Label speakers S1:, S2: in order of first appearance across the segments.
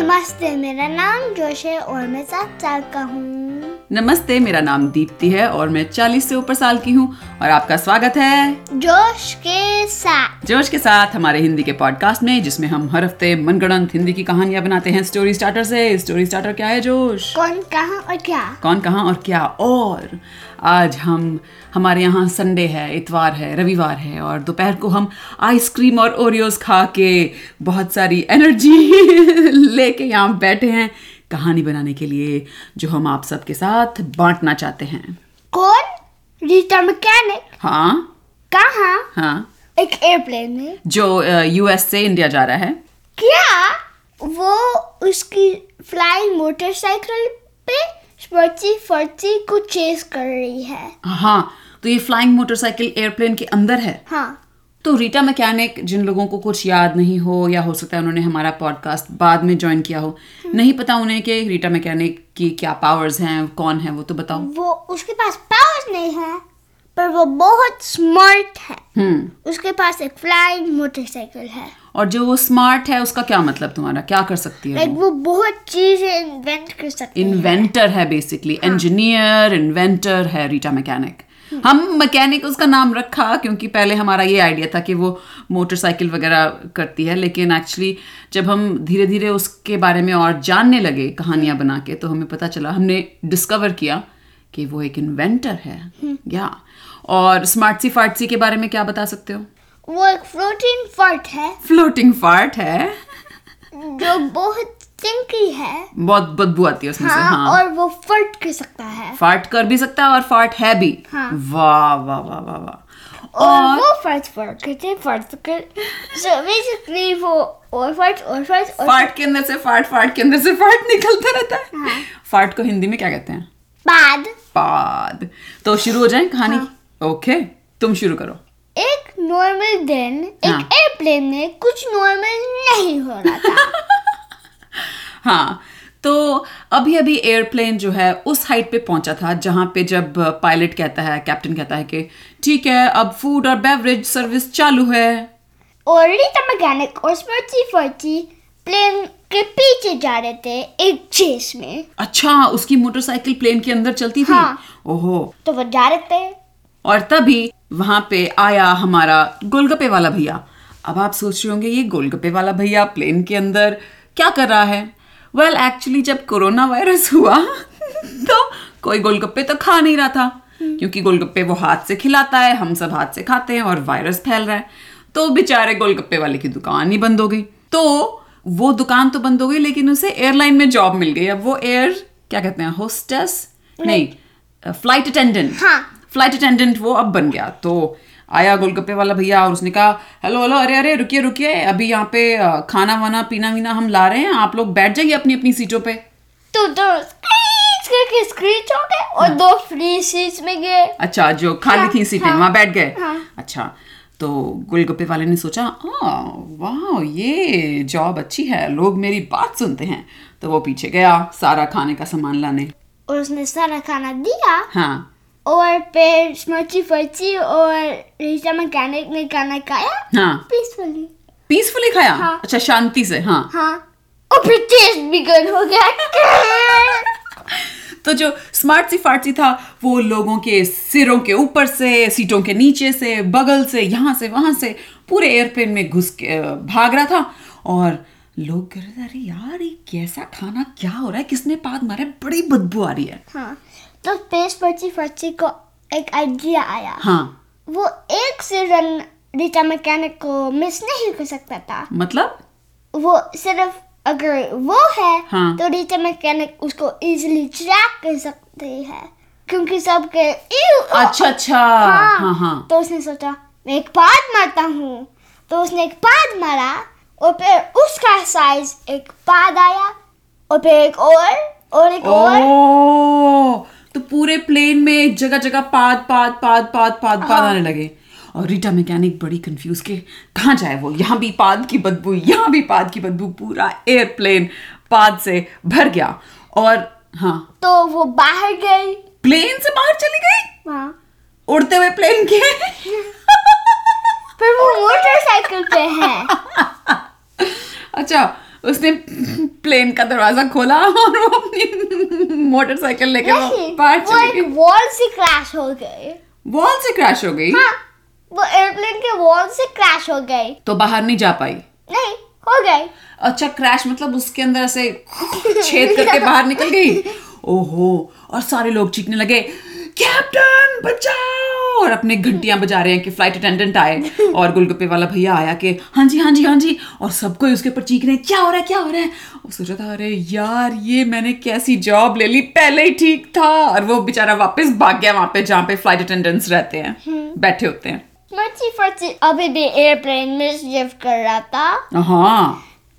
S1: नमस्ते मेरा नाम जोश है और मैं सात साल का हूँ
S2: नमस्ते मेरा नाम दीप्ति है और मैं 40 से ऊपर साल की हूँ और आपका स्वागत है
S1: जोश के साथ
S2: जोश के साथ हमारे हिंदी के पॉडकास्ट में जिसमें हम हर हफ्ते मनगढ़ंत हिंदी की कहानियां बनाते हैं स्टोरी स्टार्टर से स्टोरी स्टार्टर क्या है जोश
S1: कौन कहाँ और क्या
S2: कौन कहाँ और क्या और आज हम हमारे यहाँ संडे है इतवार है रविवार है और दोपहर को हम आइसक्रीम और ओरियोज खा के बहुत सारी एनर्जी लेके यहाँ बैठे हैं कहानी बनाने के लिए जो हम आप सबके साथ बांटना चाहते हैं
S1: कौन रीटा मैकेनिक
S2: हाँ
S1: कहाँ
S2: हाँ
S1: एक एयरप्लेन में
S2: जो यूएस से इंडिया जा रहा है
S1: क्या वो उसकी फ्लाइंग मोटरसाइकिल पे स्पर्ची फर्ची को चेस कर रही है
S2: हाँ तो ये फ्लाइंग मोटरसाइकिल एयरप्लेन के अंदर है
S1: हाँ
S2: तो रीटा मैकेनिक जिन लोगों को कुछ याद नहीं हो या हो सकता है उन्होंने हमारा पॉडकास्ट बाद में ज्वाइन किया हो नहीं पता उन्हें कि रीटा मैकेनिक की क्या पावर्स हैं कौन है वो तो बताओ
S1: वो उसके पास पावर्स नहीं है पर वो बहुत स्मार्ट है
S2: हम्म
S1: उसके पास एक फ्लाइंग मोटरसाइकिल है
S2: और जो वो स्मार्ट है उसका क्या मतलब तुम्हारा क्या कर सकती है
S1: लाइक वो बहुत चीजें इन्वेंट कर सकती है
S2: इन्वेंटर है बेसिकली इंजीनियर इन्वेंटर है रीटा मैकेनिक हम मैकेनिक उसका नाम रखा क्योंकि पहले हमारा ये आइडिया था कि वो मोटरसाइकिल वगैरह करती है लेकिन एक्चुअली जब हम धीरे धीरे उसके बारे में और जानने लगे कहानियां बना के तो हमें पता चला हमने डिस्कवर किया कि वो एक इन्वेंटर है या और स्मार्टसी फार्टसी के बारे में क्या बता सकते हो
S1: वो एक फ्लोटिंग फर्ट है
S2: फ्लोटिंग फार्ट है
S1: जो बहुत चिंकी है
S2: बहुत बदबू आती है उसमें से
S1: हाँ
S2: हाँ
S1: और वो फर्ट कर सकता है
S2: फार्ट कर भी सकता है और फार्ट है भी
S1: हाँ।
S2: वाह वाह वाह वाह वाह
S1: और
S2: और
S1: वो फर्ट फर्ट करते फर्ट कर सो बेसिकली वो और फर्ट और फर्ट और
S2: फार्ट के अंदर से फार्ट फार्ट के अंदर से फार्ट निकलता रहता है
S1: हाँ।
S2: फार्ट को हिंदी में क्या कहते हैं
S1: बाद
S2: पाद तो शुरू हो जाए कहानी
S1: हाँ।
S2: ओके तुम शुरू करो
S1: एक नॉर्मल दिन
S2: हाँ।
S1: एक एयरप्लेन में कुछ नॉर्मल नहीं हो रहा था
S2: हाँ तो अभी अभी एयरप्लेन जो है उस हाइट पे पहुंचा था जहां पे जब पायलट कहता है कैप्टन कहता है कि ठीक है अब फूड और बेवरेज सर्विस चालू है
S1: और रीता मैकेनिक और स्मृति फर्ची प्लेन के पीछे जा रहे थे एक चेस में
S2: अच्छा उसकी मोटरसाइकिल प्लेन के अंदर चलती थी
S1: हाँ।
S2: ओहो
S1: तो वो जा रहे थे
S2: और तभी वहां पे आया हमारा गोलगप्पे वाला भैया अब आप सोच रहे होंगे ये गोलगप्पे वाला भैया प्लेन के अंदर क्या कर रहा है वेल well, एक्चुअली जब कोरोना वायरस हुआ तो कोई गोलगप्पे तो खा नहीं रहा था क्योंकि गोलगप्पे वो हाथ से खिलाता है हम सब हाथ से खाते हैं और वायरस फैल रहा है तो बेचारे गोलगप्पे वाले की दुकान ही बंद हो गई तो वो दुकान तो बंद हो गई लेकिन उसे एयरलाइन में जॉब मिल गई अब वो एयर क्या कहते हैं होस्टेस नहीं फ्लाइट अटेंडेंट
S1: हाँ।
S2: फ्लाइट अटेंडेंट वो अब बन गया तो आया गोलगप्पे वाला भैया और उसने कहा हेलो हेलो अरे अरे रुकिए रुकिए अभी यहाँ पे अ, खाना वाना पीना वीना हम ला रहे हैं आप लोग बैठ जाइए अपनी अपनी सीटों पे
S1: तो दोनों स्क्रीच करके स्क्रीच हो गए और दो फ्री सीट्स में गए
S2: अच्छा जो खाली
S1: हाँ,
S2: थी सीटें
S1: हाँ,
S2: वहाँ बैठ गए
S1: हाँ।
S2: अच्छा तो गोलगप्पे वाले ने सोचा "हाँ, वाह ये जॉब अच्छी है लोग मेरी बात सुनते हैं तो वो पीछे गया सारा खाने का सामान लाने
S1: और उसने सारा खाना दिया
S2: हाँ
S1: और फिर स्मृति फर्ची और रीता मैकेनिक ने खाना खाया
S2: हाँ
S1: पीसफुली
S2: पीसफुली खाया
S1: हाँ।
S2: अच्छा शांति से हाँ
S1: हाँ और फिर टेस्ट भी good हो गया
S2: तो जो स्मार्ट सी फार्सी था वो लोगों के सिरों के ऊपर से सीटों के नीचे से बगल से यहाँ से वहाँ से पूरे एयरप्लेन में घुस के अ, भाग रहा था और लोग कह रहे थे अरे यार ये कैसा खाना क्या हो रहा है किसने पाद मारा है बड़ी बदबू आ रही है
S1: हाँ तो फिर फर्ची फर्ची को एक आइडिया आया
S2: हाँ
S1: वो एक से रन रीटा मैकेनिक को मिस नहीं कर सकता था
S2: मतलब
S1: वो सिर्फ अगर वो है
S2: हाँ।
S1: तो रीटा मैकेनिक उसको इजीली ट्रैक कर सकती है क्योंकि सबके "Ew, oh,
S2: अच्छा अच्छा
S1: हाँ।"
S2: हाँ हाँ
S1: तो उसने सोचा मैं एक पाद मारता हूँ तो उसने एक पाद मारा और फिर उसका साइज एक पाद आया और फिर एक और और एक और
S2: ओ तो पूरे प्लेन में जगह जगह पाद पाद पाद पाद पाद
S1: हाँ।
S2: पाद आने लगे और रीटा मैकेनिक बड़ी कंफ्यूज के कहाँ जाए वो यहाँ भी पाद की बदबू यहाँ भी पाद की बदबू पूरा एयरप्लेन पाद से भर गया और हाँ
S1: तो वो बाहर गई
S2: प्लेन से बाहर चली गई
S1: हाँ
S2: उड़ते हुए प्लेन के
S1: पर वो मोटरसाइकिल पे है
S2: अच्छा उसने प्लेन का दरवाजा खोला और वो अपनी मोटरसाइकिल लेके वो
S1: नहीं,
S2: बाहर
S1: वो
S2: चली
S1: एक
S2: गई
S1: वॉल से क्रैश हो गई
S2: वॉल से क्रैश हो गई
S1: हाँ वो एयरप्लेन के वॉल से क्रैश हो गई
S2: तो बाहर नहीं जा पाई
S1: नहीं हो गई
S2: अच्छा क्रैश मतलब उसके अंदर ऐसे छेद करके बाहर निकल गई ओहो और सारे लोग चीखने लगे कैप्टन बचाओ और अपने घंटियां बजा रहे हैं कि फ्लाइट अटेंडेंट आए और गोलगप्पे वाला भैया आया कि हाँ जी हाँ जी हाँ जी और सबको उसके ऊपर चीख रहे हैं क्या हो रहा है क्या हो रहा है वो सोच रहा था अरे यार ये मैंने कैसी जॉब ले ली पहले ही ठीक था और वो बेचारा वापस भाग गया वहां पे जहाँ पे फ्लाइट अटेंडेंट्स रहते हैं बैठे होते हैं
S1: मर्ची फर्ची अभी भी एयरप्लेन में शिफ्ट कर रहा था
S2: हाँ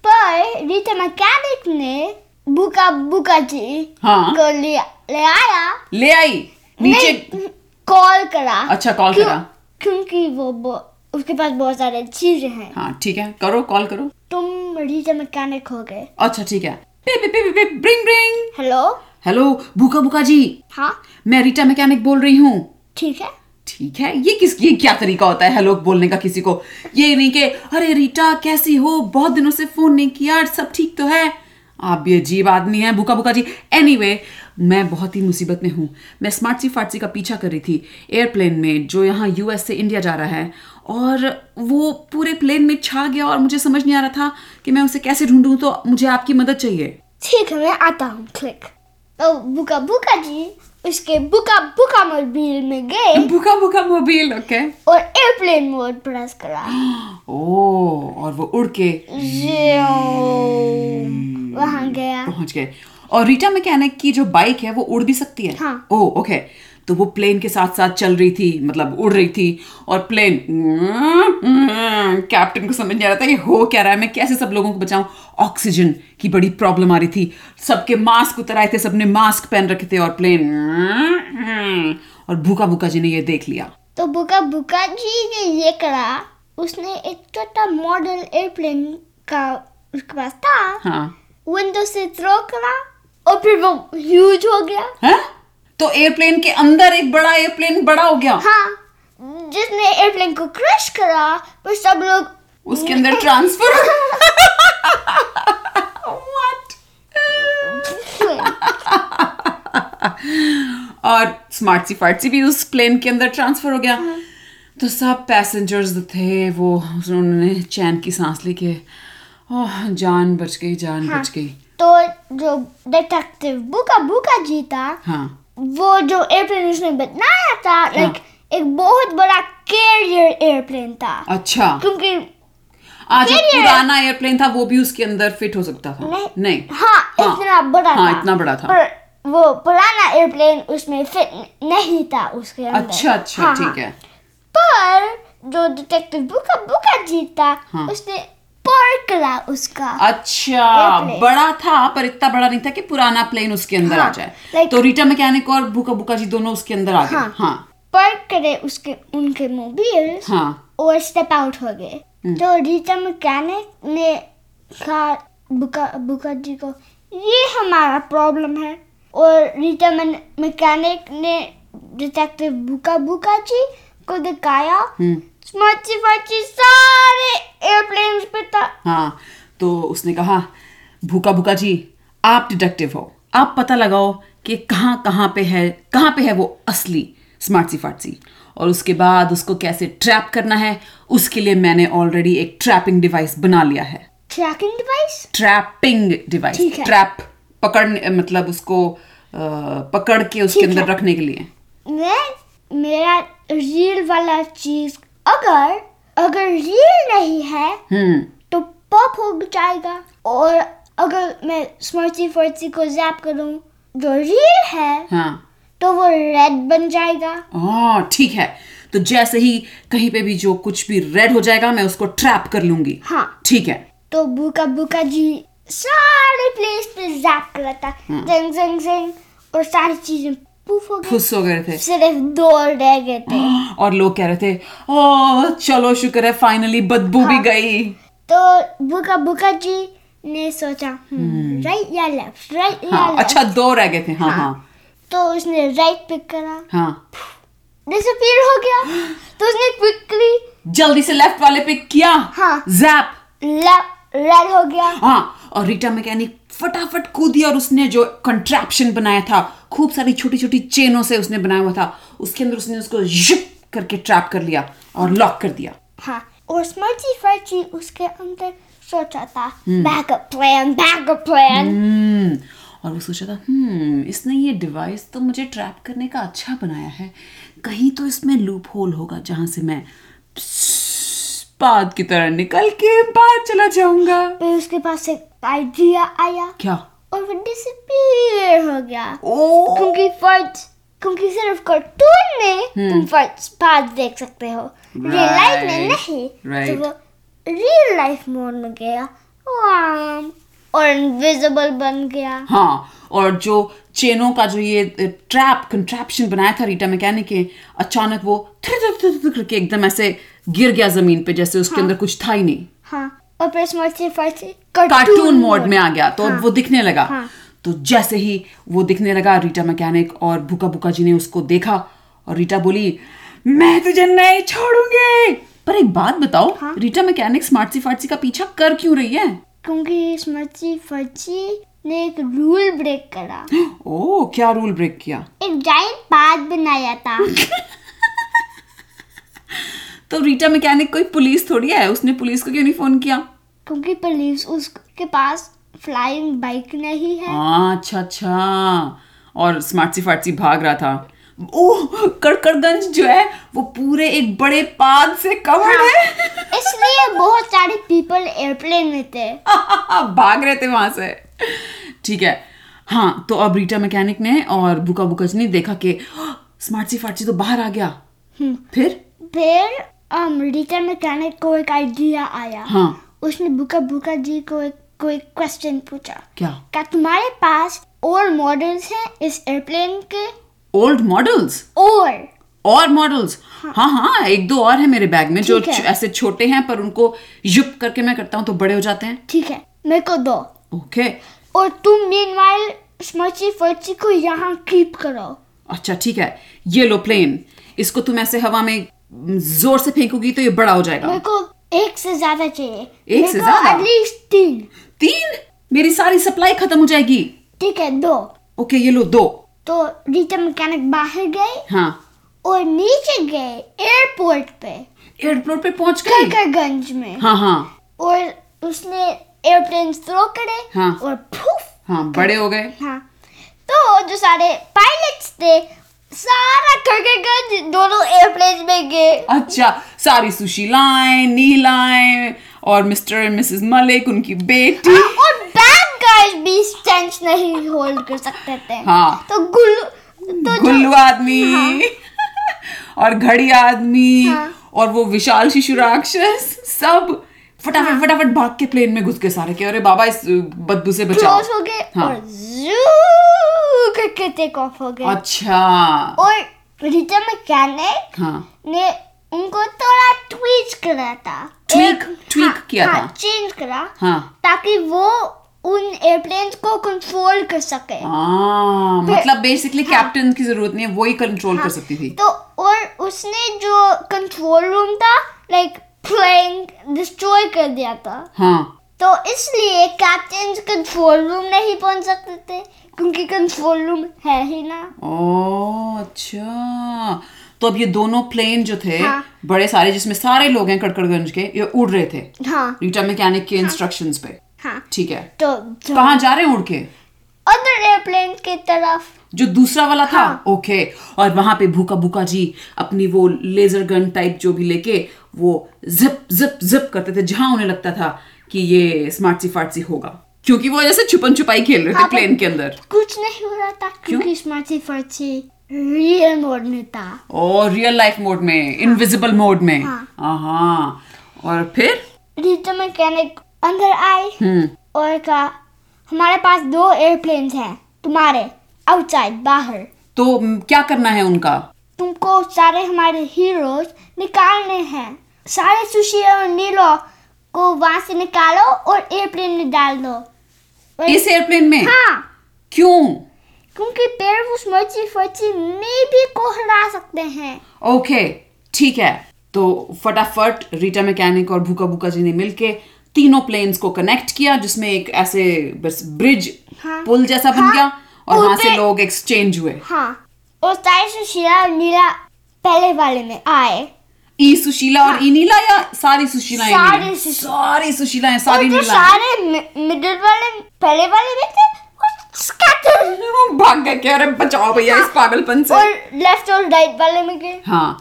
S1: पर रीटा मैकेनिक ने बुका बुका जी
S2: हाँ
S1: को ले, ले आया
S2: ले आई नीचे
S1: नहीं, कॉल करा
S2: अच्छा, कॉल
S1: क्यों-
S2: करा।
S1: क्योंकि वो बहु- उसके पास बहुत सारे चीजें हैं
S2: हाँ ठीक है करो कॉल करो
S1: तुम रीटा मैकेनिक हो गए
S2: अच्छा ठीक है पिप, पिप, पिप, पिप, ब्रिंग ब्रिंग
S1: हेलो
S2: हेलो भूखा भूखा जी
S1: हाँ
S2: मैं रीटा मैकेनिक बोल रही हूँ
S1: ठीक है
S2: ठीक है ये किस ये क्या तरीका होता है हेलो बोलने का किसी को ये नहीं कि अरे रीटा कैसी हो बहुत दिनों से फोन नहीं किया सब ठीक तो है आप भी अजीब आदमी हैं भूखा भूखा जी एनीवे मैं बहुत ही मुसीबत में हूँ मैं स्मार्टसी फाटसी का पीछा कर रही थी एयरप्लेन में जो यहाँ यूएस से इंडिया जा रहा है और वो पूरे प्लेन में छा गया और मुझे समझ नहीं आ रहा था कि मैं उसे कैसे ढूंढूं तो मुझे आपकी मदद चाहिए
S1: ठीक है मैं आता हूँ क्लिक तो बुका बुका जी उसके बुका बुका मोबाइल में गए
S2: भूखा भूखा मोबाइल ओके
S1: और एयरप्लेन मोड प्रेस करा
S2: ओ और वो उड़ के
S1: ज्यों, वहाँ गया
S2: पहुंच गए और रीटा मैकेनिक की जो बाइक है वो उड़ भी सकती है
S1: हाँ।
S2: ओ ओके तो वो प्लेन के साथ साथ चल रही थी मतलब उड़ रही थी और प्लेन कैप्टन को समझ नहीं आ रहा था कि हो क्या रहा है मैं कैसे सब लोगों को बचाऊं ऑक्सीजन की बड़ी प्रॉब्लम आ रही थी सबके मास्क उतर आए थे सबने मास्क पहन रखे थे और प्लेन और भूखा भूखा जी ने ये देख लिया
S1: तो बुका बुका जी ने ये करा उसने एक छोटा मॉडल एयरप्लेन का उसके पास था
S2: हाँ
S1: विंडो से थ्रो करा और फिर वो ह्यूज हो गया
S2: है तो एयरप्लेन के अंदर एक बड़ा एयरप्लेन बड़ा हो गया
S1: हाँ जिसने एयरप्लेन को क्रश करा पर सब लोग
S2: उसके अंदर ट्रांसफर व्हाट और स्मार्ट सी फार्ट सी भी उस प्लेन के अंदर ट्रांसफर हो गया
S1: हाँ।
S2: तो सब पैसेंजर्स थे वो उन्होंने चैन की सांस ली के ओह जान बच गई जान बच गई
S1: तो जो डिटेक्टिव बुका बुका जी था
S2: हाँ
S1: वो जो एयरप्लेन उसने बनाया था लाइक एक बहुत बड़ा कैरियर एयरप्लेन था
S2: अच्छा
S1: क्योंकि
S2: आज
S1: ये नहीं है।
S2: पुराना एयरप्लेन था वो भी उसके अंदर फिट हो सकता था
S1: नहीं,
S2: नहीं
S1: हाँ इतना बड़ा
S2: हाँ
S1: था
S2: इतना बड़ा था
S1: पर वो पुराना एयरप्लेन उसमें फिट नहीं था उसके अंदर
S2: अच्छा अच्छा
S1: हाँ,
S2: ठीक
S1: हाँ।
S2: है
S1: पर जो डिटेक्टिव बुका बुका जी था
S2: हाँ।
S1: उसने पार करा उसका
S2: अच्छा
S1: Airplane.
S2: बड़ा था पर इतना बड़ा नहीं था कि पुराना प्लेन उसके अंदर
S1: हाँ,
S2: आ जाए
S1: like-
S2: तो रीटा मैकेनिक और भूखा भूखा जी दोनों उसके अंदर आ गए
S1: हाँ।
S2: हाँ
S1: पार करे उसके उनके मोबाइल
S2: हाँ
S1: और स्टेप आउट हो गए तो रीटा मैकेनिक ने कहा बुका बुका जी को ये हमारा प्रॉब्लम है और रीटा मैकेनिक ने डिटेक्टिव बुका बुका जी को दिखाया
S2: हम्म,
S1: स्मार्ची फाची सारे एयरप्लेन पे था
S2: हाँ तो उसने कहा भूखा भूखा जी आप डिटेक्टिव हो आप पता लगाओ कि कहाँ कहाँ पे है कहाँ पे है वो असली स्मार्टसी फाटसी और उसके बाद उसको कैसे ट्रैप करना है उसके लिए मैंने ऑलरेडी एक ट्रैपिंग डिवाइस बना लिया है
S1: ट्रैकिंग डिवाइस
S2: ट्रैपिंग डिवाइस
S1: ठीक है।
S2: ट्रैप पकड़ने मतलब उसको अ, पकड़ के उसके
S1: ठीक
S2: अंदर
S1: है।
S2: रखने के लिए
S1: मैं मेरा रियल वाला चीज अगर अगर रियल नहीं है
S2: हम्म
S1: तो पॉप हो जाएगा और अगर मैं स्मार्ची फर्ची को जैप करूं जो रियल है
S2: हाँ
S1: तो वो रेड बन जाएगा
S2: हाँ ठीक है तो जैसे ही कहीं पे भी जो कुछ भी रेड हो जाएगा मैं उसको ट्रैप कर लूंगी
S1: हाँ
S2: ठीक है
S1: तो बुका बुका जी सारे प्लेस पे जैप करा था
S2: हाँ।
S1: जंग जंग जंग और सारी चीजें पुफ हो गई
S2: खुश हो गए थे
S1: सिर्फ दो रह गए थे
S2: और लोग कह रहे थे ओ चलो शुक्र है फाइनली बदबू भी
S1: हाँ।
S2: गई
S1: तो बुका बुका जी ने सोचा राइट या लेफ्ट राइट या
S2: हम्म। हाँ
S1: लेफ्ट
S2: अच्छा दो रह गए थे हाँ हाँ
S1: हाँ। तो उसने राइट पिक करा
S2: हाँ
S1: डिसअपीयर हो गया तो उसने क्विकली
S2: जल्दी से लेफ्ट वाले पे किया
S1: हाँ।
S2: जैप
S1: रेड हो गया
S2: हाँ और रीटा मैकेनिक फटाफट कूदी और उसने जो कंट्रैप्शन बनाया था खूब सारी छोटी छोटी चेनों से उसने बनाया हुआ था उसके अंदर उसने उसको जिप करके ट्रैप कर लिया और लॉक कर दिया
S1: हाँ और स्मर्ची फर्ची उसके अंदर सोचा था बैकअप प्लान बैकअप प्लान
S2: हम्म और वो सोचा था हम्म इसने ये डिवाइस तो मुझे ट्रैप करने का अच्छा बनाया है कहीं तो इसमें लूप होल होगा जहां से मैं बात की तरह निकल के बाहर चला जाऊंगा
S1: फिर उसके पास एक आइडिया आया
S2: क्या
S1: और वो डिसअपीयर हो गया
S2: ओ
S1: क्योंकि फर्ज क्योंकि सिर्फ कार्टून में तुम फर्ज पास देख सकते हो रियल लाइफ में
S2: हम्म। Right.
S1: नहीं तो
S2: Right.
S1: वो रियल लाइफ मोड में गया वाम, और इनविजिबल बन गया
S2: हाँ और जो चेनों का जो ये ट्रैप कंट्रैप्शन बनाया था रीटा मैकेनिक के अचानक वो थ्र- थ्र- थ्र- थ्र करके एकदम ऐसे गिर गया जमीन पे जैसे उसके अंदर कुछ था ही नहीं
S1: हाँ और फिर स्मार्ट से फर्ज से
S2: कार्टून मोड में आ गया तो
S1: हाँ,
S2: वो दिखने लगा
S1: हाँ।
S2: तो जैसे ही वो दिखने लगा रीटा मैकेनिक और भूखा भूखा जी ने उसको देखा और रीटा बोली मैं तुझे नहीं छोड़ूंगी पर एक बात बताओ
S1: हाँ।
S2: रीटा मैकेनिक स्मार्टसी फार्टसी का पीछा कर क्यों रही है
S1: क्योंकि स्मार्ट से फर्जी ने एक रूल ब्रेक करा
S2: ओ क्या रूल ब्रेक किया
S1: एक जाइंट पाथ बनाया था
S2: तो रीटा मैकेनिक कोई पुलिस थोड़ी है उसने पुलिस को क्यों नहीं फोन किया
S1: क्योंकि पुलिस उसके पास फ्लाइंग बाइक नहीं है
S2: हाँ अच्छा अच्छा और स्मार्टसी फार्टसी भाग रहा था ओह कड़कड़गंज जो है वो पूरे एक बड़े पाद से कवर्ड है
S1: इसलिए बहुत सारे पीपल एयरप्लेन में थे
S2: भाग रहे थे वहां से ठीक है हाँ तो अब रीटा मैकेनिक ने और बुका बुकज ने देखा कि स्मार्टसी फार्टसी तो बाहर आ गया
S1: हम्म।
S2: फिर
S1: फिर um, रीटा मैकेनिक को एक आइडिया आया
S2: हाँ
S1: उसने बुका बुका जी को एक कोई क्वेश्चन पूछा
S2: क्या
S1: क्या तुम्हारे पास और मॉडल्स हैं इस एयरप्लेन के
S2: ओल्ड मॉडल्स
S1: और
S2: और मॉडल्स हाँ हाँ एक दो और है मेरे बैग में जो
S1: ठीक है।
S2: छ- ऐसे छोटे हैं पर उनको युप करके मैं करता हूँ तो बड़े हो जाते हैं
S1: ठीक है मेरे को दो
S2: ओके
S1: और तुम मीनवाइल स्मर्ची फर्ची को यहाँ कीप करो
S2: अच्छा ठीक है ये लो प्लेन इसको तुम ऐसे हवा में म, जोर से फेंकोगी तो ये बड़ा हो जाएगा
S1: मेरे को एक से ज्यादा चाहिए
S2: एक से ज्यादा?
S1: एटलीस्ट तीन
S2: तीन मेरी सारी सप्लाई खत्म हो जाएगी
S1: ठीक है दो
S2: ओके ये लो दो
S1: तो रीटा मैकेनिक बाहर गए
S2: हाँ
S1: और नीचे गए एयरपोर्ट पे
S2: एयरपोर्ट पे पहुंच गई
S1: करकरगंज में
S2: हाँ हाँ
S1: और उसने एयरप्लेन थ्रो करे
S2: हाँ।
S1: और फूफ
S2: हाँ बड़े हो गए
S1: हाँ तो जो सारे पायलट्स थे सारा करकरगंज दोनों एयरप्लेन में गए
S2: अच्छा सारी सुशी लाएं नीलाएं और मिस्टर एंड मिसेस मलिक उनकी बेटी
S1: हाँ, और बैड गाइस भी स्टेंच नहीं होल्ड कर सकते थे
S2: हाँ।
S1: तो गुल्लू तो जो-
S2: गुल्लू आदमी और घड़ी आदमी
S1: हाँ।
S2: और वो विशाल शिशु राक्षस सब
S1: हाँ।
S2: फटाफट फटाफट भाग के प्लेन में घुस गए सारे के अरे बाबा इस बदबू से बचाओ
S1: क्लोज हो गए
S2: हाँ।
S1: और जू करके टेक ऑफ हो गए
S2: अच्छा
S1: और रीटा मैकेनिक
S2: हाँ
S1: ने उनको थोड़ा ट्वीट करा था
S2: Tweak-
S1: एक-
S2: tweak
S1: हाँ,
S2: किया
S1: हाँ,
S2: था।
S1: चेंज करा
S2: हाँ
S1: ताकि वो उन एयरप्लेन को कंट्रोल कर सके
S2: हाँ, आ,
S1: फिर- हाँ।
S2: मतलब बेसिकली कैप्टन की जरूरत नहीं है वो ही कंट्रोल कर सकती थी
S1: तो और उसने जो कंट्रोल रूम था लाइक प्लेन डिस्ट्रॉय कर दिया था
S2: हाँ
S1: तो इसलिए कैप्टन कंट्रोल रूम नहीं पहुंच सकते थे क्योंकि कंट्रोल रूम है ही ना
S2: ओ अच्छा तो अब ये दोनों प्लेन जो थे
S1: हाँ।
S2: बड़े सारे जिसमें सारे लोग हैं कड़कड़गंज के ये उड़ रहे थे
S1: हाँ
S2: रीटा मैकेनिक के इंस्ट्रक्शंस पे
S1: हाँ
S2: ठीक है
S1: तो
S2: कहाँ जा रहे हैं उड़ के
S1: अदर एयरप्लेन की तरफ
S2: जो दूसरा वाला था
S1: हाँ।
S2: ओके और वहां पे भूखा भूखा जी अपनी वो लेजर गन टाइप जो भी लेके वो जिप जिप जिप करते थे जहां उन्हें लगता था कि ये स्मार्टसी फार्टसी होगा क्योंकि वो जैसे छुपन छुपाई खेल रहे थे
S1: हाँ, पर-
S2: प्लेन के अंदर
S1: कुछ नहीं हो रहा था क्योंकि स्मार्टी फर्ची रियल मोड में था
S2: और रियल लाइफ मोड में इनविजिबल मोड में
S1: हाँ।
S2: हाँ और फिर
S1: रीटा मैकेनिक अंदर आई
S2: हम्म
S1: और कहा हमारे पास दो एयरप्लेन हैं तुम्हारे आउटसाइड बाहर
S2: तो म, क्या करना है उनका
S1: तुमको सारे हमारे हीरोज निकालने हैं सारे सुशी और नीलो को वहां से निकालो और एयरप्लेन में डाल दो और-
S2: इस एयरप्लेन में
S1: हाँ
S2: क्यों
S1: क्योंकि पेड़ उस मर्ची फर्ची में भी को हरा सकते हैं
S2: ओके ठीक है तो फटाफट रीटा मैकेनिक और भूखा भूखा जी ने मिलके तीनों प्लेन्स को कनेक्ट किया जिसमें एक ऐसे बस ब्रिज
S1: हाँ।
S2: पुल जैसा बन
S1: हाँ।
S2: गया और वहां से
S1: उनपे-
S2: लोग एक्सचेंज हुए
S1: हाँ और साई सुशीला और नीला पहले वाले में आए
S2: ई सुशीला और ई नीला या सारी सुशीला
S1: हाँ। सारी सुशीला।
S2: सारी सुशीला है
S1: और
S2: सारी
S1: जो
S2: नीला है।
S1: सारे मिडिल वाले पहले वाले में थे वो scattered
S2: वो भाग गए क्या अरे बचाओ भैया इस पागलपन से
S1: हाँ। और लेफ्ट और राइट वाले में गए
S2: हाँ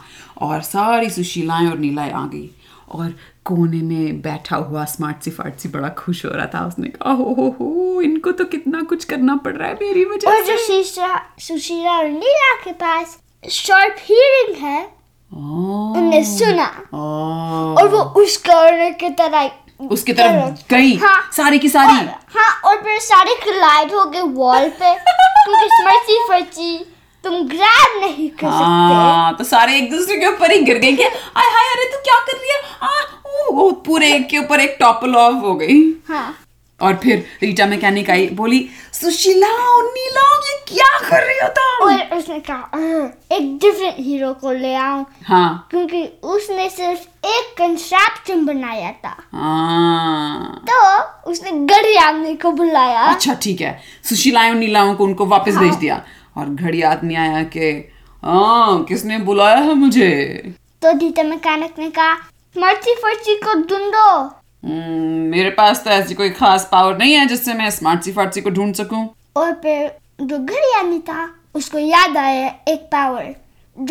S2: और सारी सुशीलाएं और नीलाएं आ गई और कोने में बैठा हुआ स्मार्ट सी फाट सी बड़ा खुश हो रहा था उसने कहा हो हो हो इनको तो कितना कुछ करना पड़ रहा है मेरी वजह
S1: और
S2: से
S1: जो शीशा सुशीला और नीला के पास शॉर्प हीरिंग है
S2: ओह,
S1: उनने सुना
S2: ओह।
S1: और वो उस कॉर्नर की तरह
S2: Hmm. उसकी तरफ गई
S1: हाँ।
S2: सारी की सारी
S1: और, हाँ और फिर सारे collide हो गए वॉल पे क्योंकि स्मर्ची फर्ची तुम ग्रैब नहीं कर सकते
S2: हाँ तो सारे एक दूसरे के ऊपर ही गिर गए कि आय हाय अरे तू क्या कर रही है आ, ओ, ओ, पूरे एक के ऊपर एक टॉपल ऑफ हो गई
S1: हाँ
S2: और फिर रीटा मैकेनिक आई बोली सुशीला और नीला ये क्या कर रही हो तुम
S1: और उसने कहा "अह, एक डिफरेंट हीरो को ले आऊं
S2: हाँ
S1: क्योंकि उसने सिर्फ एक कंस्ट्रक्शन बनाया था
S2: हाँ
S1: तो उसने घड़ी आदमी को बुलाया
S2: अच्छा ठीक है सुशीलाएं और नीलाओं को उनको वापस
S1: हाँ।
S2: भेज दिया और घड़ी आदमी आया कि हाँ किसने बुलाया है मुझे
S1: तो दीता मैकेनिक ने कहा मर्ची फर्ची को ढूंढो
S2: "हम्म, मेरे पास तो ऐसी कोई खास पावर नहीं है जिससे मैं स्मार्टसी फार्टसी को ढूंढ सकूं
S1: और फिर जो घड़ी आदमी था उसको याद आया एक पावर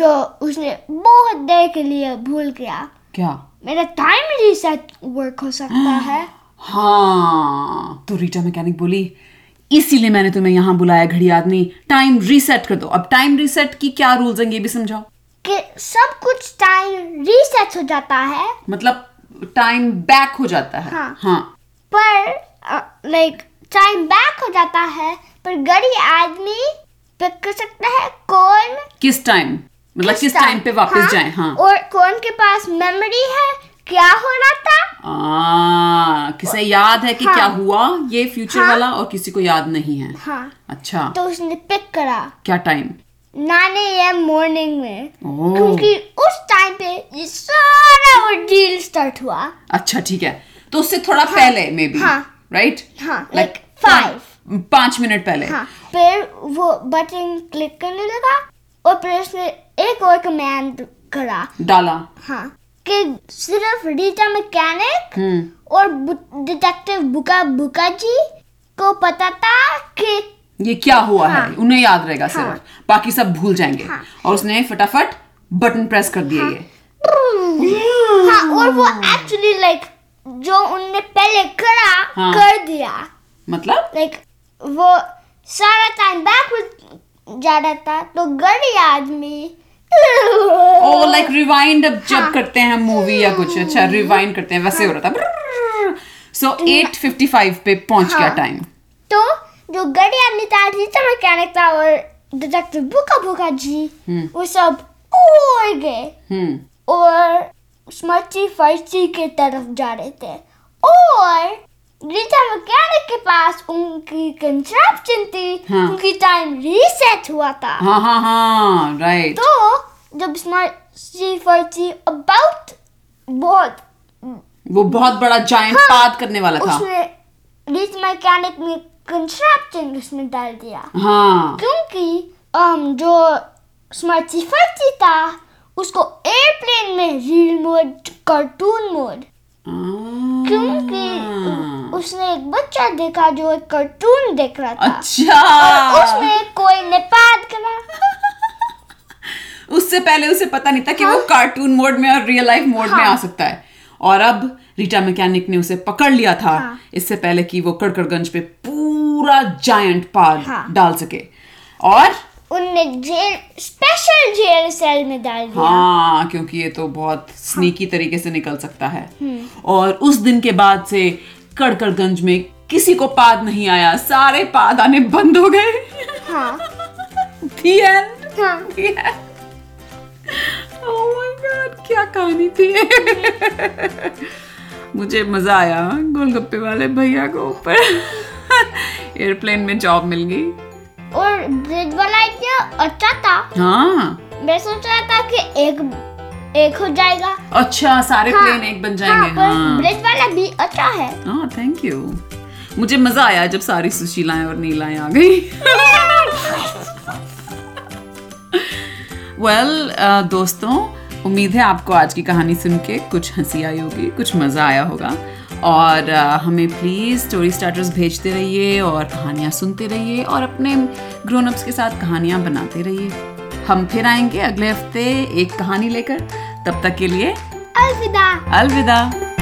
S1: जो उसने बहुत देर के लिए भूल गया
S2: क्या
S1: मेरा टाइम रिसेट वर्क हो सकता है
S2: हाँ तो रीटा मैकेनिक बोली इसीलिए मैंने तुम्हें यहाँ बुलाया घड़ी आदमी टाइम रीसेट कर दो अब टाइम रीसेट की क्या रूल्स हैं ये भी समझाओ
S1: कि सब कुछ टाइम रीसेट हो जाता है
S2: मतलब टाइम बैक हो जाता है
S1: हाँ।
S2: हाँ
S1: पर लाइक टाइम बैक हो जाता है पर गरीब आदमी पिक कर सकता है कौन
S2: किस टाइम मतलब किस टाइम पे वापस
S1: हाँ,
S2: जाए हाँ
S1: और कौन के पास मेमोरी है क्या हो रहा था
S2: आ, हाँ, किसे याद है कि
S1: हाँ।
S2: क्या हुआ ये फ्यूचर
S1: हाँ।
S2: वाला और किसी को याद नहीं है
S1: हाँ
S2: अच्छा
S1: तो उसने पिक करा
S2: क्या टाइम
S1: नाने ये मॉर्निंग में
S2: ओ
S1: क्योंकि उस टाइम पे ये सारा वो डील स्टार्ट हुआ
S2: अच्छा ठीक है तो उससे थोड़ा पहले मे बी
S1: हाँ।
S2: राइट
S1: हाँ लाइक फाइव
S2: पांच मिनट पहले
S1: हाँ फिर वो बटन क्लिक करने लगा और फिर उसने एक और कमांड करा
S2: डाला
S1: हाँ कि सिर्फ रीटा मैकेनिक
S2: हम्म
S1: और बु- डिटेक्टिव बुका बुका जी को पता था कि
S2: ये क्या हुआ है
S1: हाँ।
S2: उन्हें याद रहेगा सिर्फ
S1: हाँ।
S2: बाकी सब भूल जाएंगे
S1: हाँ।
S2: और उसने फटाफट बटन प्रेस कर दिए ये
S1: हाँ और वो एक्चुअली लाइक जो उनने पहले करा
S2: हाँ।
S1: कर दिया
S2: मतलब
S1: लाइक वो सारा टाइम बैकवर्ड जा रहा था तो गड़ी आदमी
S2: ओ लाइक रिवाइंड Oh, अब जब
S1: हाँ।
S2: करते हैं मूवी या कुछ अच्छा रिवाइंड करते हैं वैसे हो रहा था सो 8:55 पे पहुंच
S1: हाँ।
S2: गया टाइम
S1: तो जो गड़ी आदमी था रीटा मैकेनिक था और डिटेक्टिव बुका बुका जी वो सब उड़ गए
S2: हम्म
S1: और स्मर्ची फर्ची के तरफ जा रहे थे और रीटा मैकेनिक के पास उनकी कंस्ट्रक्शन थी
S2: हाँ।
S1: उनकी टाइम रीसेट हुआ था
S2: हाँ हाँ हाँ राइट
S1: तो जब स्मर्ची फर्ची अबाउट बहुत
S2: वो बहुत बड़ा जायंट
S1: हाँ।
S2: पाद करने वाला था
S1: उसमें रीट मैकेनिक ने कंस्ट्रक्शन उसमें डाल दिया
S2: हाँ
S1: क्योंकि um, जो स्मर्ची फर्ची था उसको एयरप्लेन में रील मोड कार्टून मोड क्योंकि
S2: क्योंकि
S1: उसने एक बच्चा देखा जो एक कार्टून देख रहा था और
S2: अच्छा
S1: उसमें कोई निपात करा
S2: उससे पहले उसे पता नहीं था कि वो कार्टून मोड में और रियल लाइफ मोड में
S1: हाँ।
S2: आ सकता है और अब रीटा मैकेनिक ने उसे पकड़ लिया था
S1: हाँ।
S2: इससे पहले कि वो कड़कड़गंज पे पूरा जायंट पार
S1: हाँ।
S2: डाल सके और
S1: उनने जेल स्पेशल जेल सेल में डाल दिया
S2: हाँ क्योंकि ये तो बहुत
S1: हाँ।
S2: स्नीकी तरीके से निकल सकता है
S1: हम्म।
S2: और उस दिन के बाद से कड़कड़गंज में किसी को पाद नहीं आया सारे पाद आने बंद हो गए
S1: हाँ
S2: The end.
S1: हाँ
S2: Yeah. Oh my God, क्या कहानी थी मुझे मजा आया गोलगप्पे वाले भैया को ऊपर एयरप्लेन में जॉब मिल गई
S1: और ब्रिज वाला idea अच्छा था
S2: हाँ
S1: मैं सोच रहा था कि एक एक हो जाएगा
S2: अच्छा सारे
S1: हाँ,
S2: प्लेन एक बन जाएंगे
S1: हाँ, पर
S2: हाँ
S1: ब्रिज वाला भी अच्छा है
S2: हाँ थैंक यू मुझे मजा आया जब सारी सुशीलाएं और नीलाएं आ गई वेल well, uh, दोस्तों उम्मीद है आपको आज की कहानी सुन के कुछ हंसी आई होगी कुछ मज़ा आया होगा और uh, हमें प्लीज़ स्टोरी स्टार्टर्स भेजते रहिए और कहानियाँ सुनते रहिए और अपने ग्रोन अप्स के साथ कहानियाँ बनाते रहिए हम फिर आएंगे अगले हफ्ते एक कहानी लेकर तब तक के लिए
S1: अलविदा
S2: अलविदा